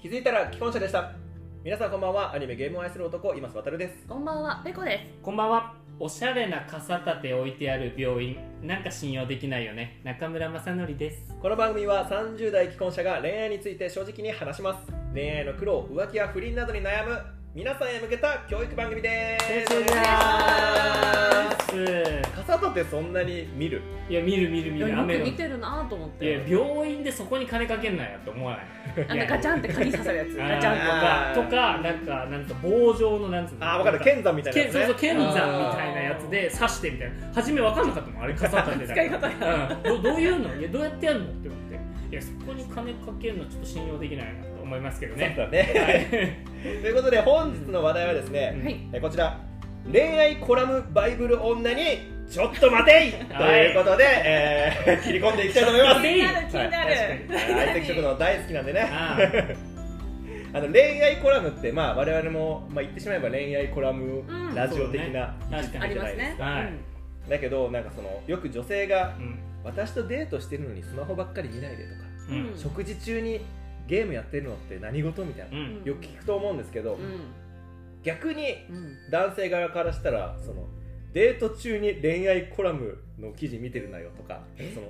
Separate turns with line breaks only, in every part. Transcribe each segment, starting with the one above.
気づいたら既婚者でした皆さんこんばんはアニメゲームを愛する男今す渡るです
こんばんは、ペコで
こんばんは。おしゃれな傘立て置いてある病院。なんか信用できないよね。中村正則です。
この番組は30代既婚者が恋愛について正直に話します恋愛の苦労浮気や不倫などに悩む皆さんへ向けた教育番組です
よろしくお願いします。
傘立てそんなに見る
いや、見る見る見
す。いや
る。
よ
雨
く
の。い
見てるなと思っ
や
て。、
病院でそこに金かけんなよって思わない。
あのガチャンって鍵刺さるやつ。ガチャンって。
あーとか、とか、なんか、なんか棒状のなんつうの。
あー分かる
なん
剣山みたいなや
剣
つ、
そ
ね、
うそう剣山みたいなやつで刺してみたいな初め分かんなかったもんあれ傘立てだから
使い方
うん、どどういうのいやどうやってやるのって思っていやそこに金かけるのちょっと信用できないなと思いますけど
そう
ね
だね
はい
ということで本日の話題はですね、
はい。
えこちら恋愛コラムバイブル女にちょっと待ていということで、えー切り込んでいきたいと思います
は
気
い
になる、気になる。
相席食堂大好きなんでね
あー
あの恋愛コラムって、まあ、我々も、まあ、言ってしまえば恋愛コラム、
うん
ラジオ的な
そうね確か
あ
に
りますね。
はい
うん
だけどなんかそのよく女性が
うん
私とデートしてるのにスマホばっかり見ないでとか、
うん
食事中にゲームやってるのって何事みたいな、
うん
よく聞くと思うんですけど、
う
逆に
ん。うん。
男性側からしたらそのデート中に恋愛コラムの記事見てるなよとかその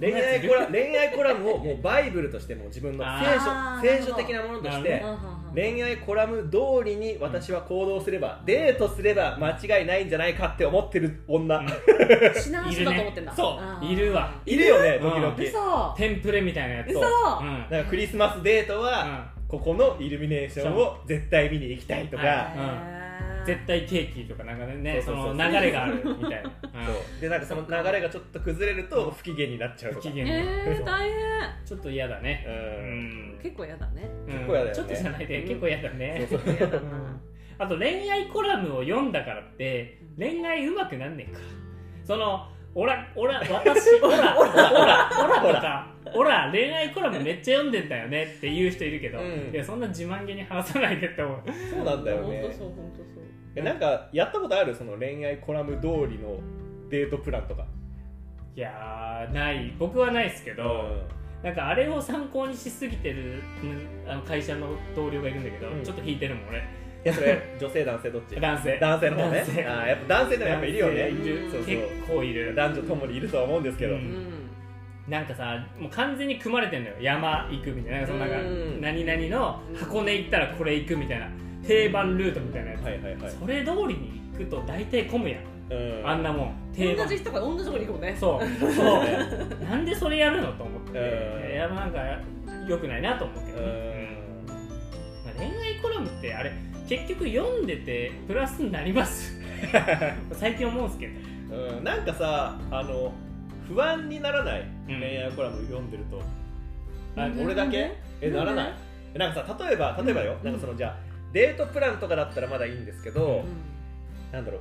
恋愛コラ恋愛コラムをもうバイブルとしてもう自分の聖
あ
書
ー
聖書的なものとし
なる
て
ほ
恋愛コラム通りに私は行動すればデートすれば間違いないんじゃないかって思ってる女、
うん
死なしだと思って
いる
んだ。
ねそう
あー
いるわ。
いるよね
うん
時々、
嘘。
テンプレみたいなやつ
嘘
そ。
うんうん
なんかクリスマスデートは、ここのイルミネーションを絶対見に行きたいとか、
は
へー
絶対ケーキとかなんかね
そ
そう
そうそう
の流れがあるみたいな
そうでなんかその流れがちょっと崩れると不機嫌になっちゃう
うん
と
不
か、
機
うん、
嫌が
えー、大変。
ちょっと嫌だねう
うん
ん
結構やだね。
結
構嫌だよね
ちょっとじゃないで結構嫌だね
そうそう
やだな。
あと恋愛コラムを読んだからって恋愛うまくなんねえからそのオラオラ私オラオラオラオラとかオラ恋愛コラムめっちゃ読んでんだよねっていう人いるけど、
うん
いやそんな自慢げに話さないでって思う
そうなんだよ
本
ね
当そう、本当そう。
えなんかやったことあるその恋愛コラム通りのデートプランとか
いやーない僕はないですけど、なんかあれを参考にしすぎてるうんあの会社の同僚がいるんだけど、
うん
ちょっと引いてるもん俺
いやそれ女性男性どっち
男性
男性の方ね
男性
あーやっぱ男性でもやっぱいるよ
男
ね
性いる
そうそう
結構いる
男女ともにいるとは思うんですけど、
う
うんん。
なんかさもう完全に組まれてんのよ山行くみたいななんかそのなんか
うん
何々の箱根行ったらこれ行くみたいな定番ルートみたいなやつ、
はいはいはい、
それ通りに行くと大体混むやん、
うん、
あんなもん定
同
番
じ人が同じとこに行くもんね。
そ う
そう
そう
ね
なんでそれやるのと思って、
うん
いやなんか良くないなと思うけ
う
どね、
ん
まあ、恋愛コラムってあれ結局読んでてプラスになります 最近思うんですけど
うん、なんかさあの不安にならない
うん
恋愛コラム読んでると、
あ
うん
俺だけえならないえなんかさ例えば例えばよ、
うん
なんかそのじゃあデートプランとかだったらまだいいんですけど、
うん
なんだろ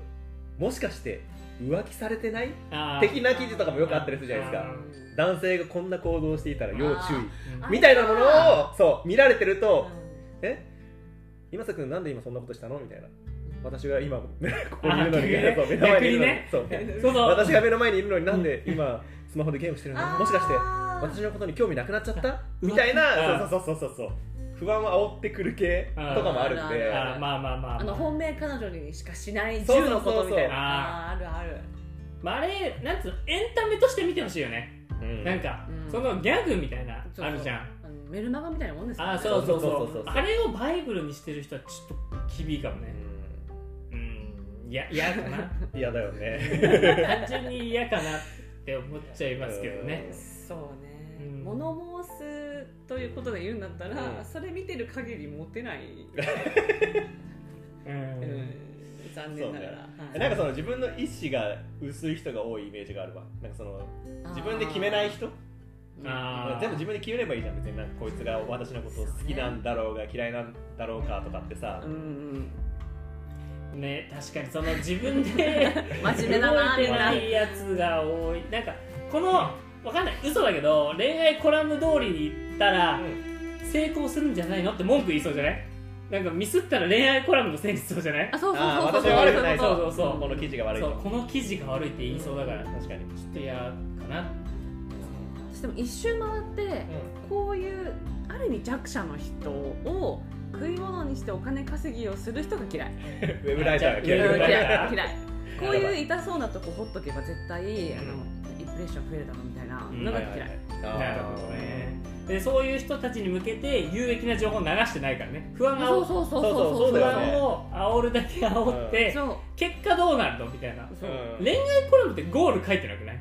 うもしかして浮気されてない
あー
的な記事とかもよくあったりするじゃないです
あ
か
ー
男性がこんな行動をしていたら要注意
うん
あー
みたいなものをそう見られてると、
う
え今さくんなんで今そんなことしたのみたいな私が今こ こにいるのにみたいな
あ
そう
逆
目
にね
の前にいるのに
逆にね
そう
そうそう
私が目の前にいるのになんで今スマホでゲームしてるの
ん
もしかして
あー
私のことに興味なくなっちゃった
うん
みたいな
うん
そうそうそうそうそう不安を煽ってくる系とかもあるん
う
で
ん
あーまあまあまあ、ま
あ
あ
の本命彼女にしかしない
そう
銃のことみたいな
あ
あーあるある
まあ、あれなんつうのエンタメとして見てほしいよね、
うん
なんか、
うん
そのギャグみたいな
そうそう
あるじゃ
あ
ん
のメルマガみたいなもんですよ
あーそうそうそう
そうそうそうそう
あれをバイブルにしてる人はちょっと厳しいかもねうんいや嫌か な
うん嫌だよね
単純に嫌かなって思っちゃいますけどね
そうね、
うん
物申すということで言うんだったら、
うん
それ見てる限りモテない、
う
うん
ん
残念ながら、
えなんかその自分の意思が薄い人が多いイメージがあるわなんかその自分で決めない人
あー
全部自分で決めればいいじゃん別になんかこいつが私のことを好きなんだろうが嫌いなんだろうかとかってさ、
うんうん
ね確かにその自分 で
うん真面目だな
動い
みん
て
な
ないやつが多いなんかこのわかんない嘘だけど恋愛コラム通りに行ったら
うん
成功するんじゃないのって文句言いそうじゃないなんかミスったら恋愛コラムのせいにしそうじゃない
あそうそう
あー
そうそう
私は悪くない
そう
ぞ
そうそうそう
この記事が悪い
そ
と
うこの記事が悪いって言いそうだからちょ
確かに
っと嫌かな
私私でも一周回ってこういうある意味弱者の人を食い物にしてお金稼ぎをする人が嫌い
ウェブライターが
ウ
嫌
ェ
い
ブラ
嫌
イター
い嫌いこういう痛そうなとこほっとけば絶対、あのインプレッション増えるだろうみたいなのが嫌い、
あー
なるほどねでそういう人たちに向けて有益な情報を流してないからね不安が
そう
煽
そうそう
そ
そうう
だ
不
よね
安を煽るだけ煽って、
そう
結果どうなるのみたいな
そう、
うん
恋愛コラムってゴール書いてなくない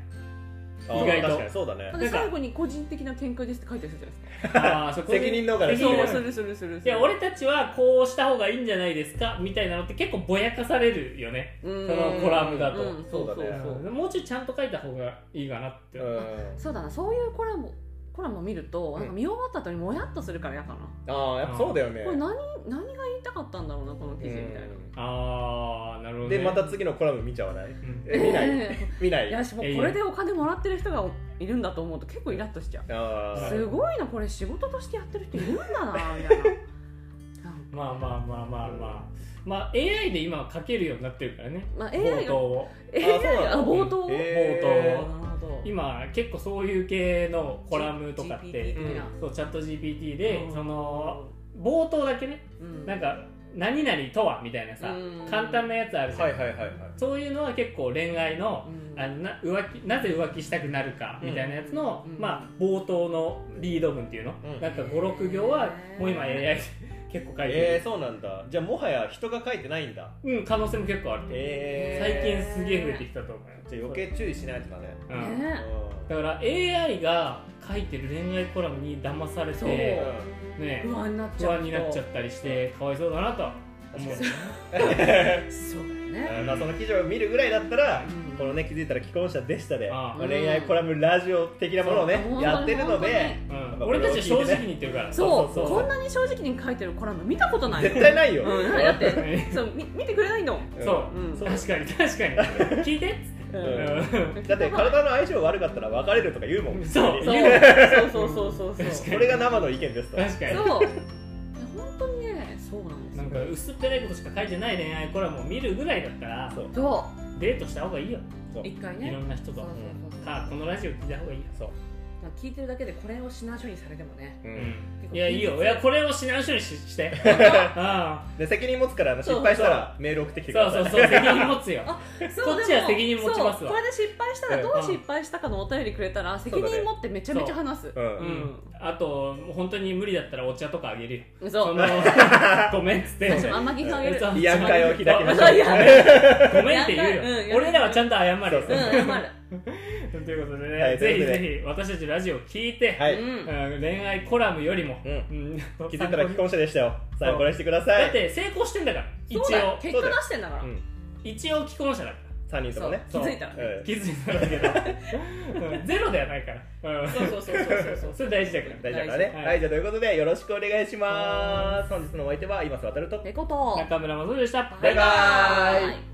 あー
意外と
確かにそうだね
だって最後に個人的な見解ですって書いてあるじゃないですか
あーそこで
責任逃れ
責
そ
任逃
う
れ
そうするするするする
いや俺たちはこうした方がいいんじゃないですかみたいなのって結構ぼやかされるよね、
うん
そのコラムだと
うんそうそう
そうだね
そう
もうちょいちゃんと書いた方がいいかなって、
うん
そうだなそういうコラムコラムを見ると、
うん
なんか見終わった後にもやっとするから嫌かな、
ああやっぱそうだよね
これ何何が言いたかったんだろうなこの記事みたいな、
ああなるほ
う
ど、
ん
ね、
でまた次のコラム見ちゃわない
うん
え見ない
え
見な
えい
い
やしもうこれでお金もらってる人がいるんだと思うと結構イラッとしちゃう
あ
はい
ー
すごいなこれ仕事としてやってる人いるんだなみたいななんか
まあまあまあまあまあ、まあ AI で今は書けるようになってるからね
まあ、
冒
AI
頭
が
を
AI
あ
が
そうなの
冒頭を、
へ
ー
なるほど
今結構そういう系のコラムとかって、
GPT 的な
そうチャット GPT で、
うん
その冒頭だけね
うん
なんか何々とはみたいなさ、
うん
簡単なやつあるじゃん、
はいはいはいはい
そういうのは結構恋愛の
うん
あのな浮気なぜ浮気したくなるかみたいなやつの、
うん
まあ、冒頭のリード文っていうの、
うん
なんか56行はもう今 AI で結構書いてる、
えー、そうなんだじゃあもはや人が書いてないんだ
うん可能性も結構あると思う
えー、
最近すげえ増えてきたと思うよ
じゃあ余計注意しないとだね
うん
う
ね
ん
だから AI が書いてる恋愛コラムに騙され
そう
て、ね、
不安になっち
不
ゃう
安になっちゃったりしてかわいそうだなと思う
確
そうだよ
あ
ね
ーまあその記事を見るぐらいだったら
うん
このね気づいたら既婚者でしたで、
あー
まあ、恋愛コラムラジオ的なものをね
そう本当に
やってるので
本
うん、俺たちは正直に言ってるから
そう
そうそう
こんなに正直に書いてるコラム見たことないよ
絶対ないよ、
うん、だって
うん
そうみ見てくれないんだもん、
うん
そう、
うん
そう 確かに確かに聞いてっつっ
ん
て、うん
だって体の相性悪かったら別れるとか言うもん
そう
普通
そ
に
うそうそうそうそう
確
そ
か
う
これが生の意見ですと
確かに
そう本当にねそうなんです
な
よ
んか薄っぺらいことしか書いてない恋愛コラムを見るぐらいだったら
そう
そ
デートした方がいいよ
そう
う一回
いろ
ね
んな人
そう
と
そうそう
かこのラジオ聞いた方がいいよ
そう、
まあ聞いてるだけでこれを品書にされてもね
うん
いやいいよいやこれを指南書にし してあ
で責任持つからあの
そう
失敗したらメール送ってきてく
そ
だ
う
さ
そ
いう
そう責任持つよ
あそう
こっちは責任持ちますわ
そうこれで失敗したらどう失敗したかのお便りくれたら責任持ってめちゃめちゃ話す
う
うんんあと本当に無理だったらお茶とかあげるよ
そ
そ うのごめんっつって
私もあんま批判あげる
そう
慰安会を開きましょ
そう
う
いや
ごめんって言うよ
やんないうんやんない
俺らはちゃんと謝るよ
そう
うん謝る
ということでね、
はい
ぜひ
と
ぜ
い
ひ私たちラジオを聞いて、
はい、
うん
うん恋愛コラムよりも、
うん
うん
気づいたら既婚者でしたよ参考にしてくださ
だっ
い
て成功してんだから一応
そうだよ結
そう
果
だ
出
よ
してんだから
一応既婚者だか
3人ともね
気
そう
づいたら
う
ね
ら
ん
気づいたんだけど、 うんゼロではないから、うん
そうそうそうそうそう
それ大事だから
大丈夫だね
は
はいい、じゃあということでよろしくお願いします本日のお相手は今す渡ると
ってこと
中村雅俊でした
バイバーイ
イ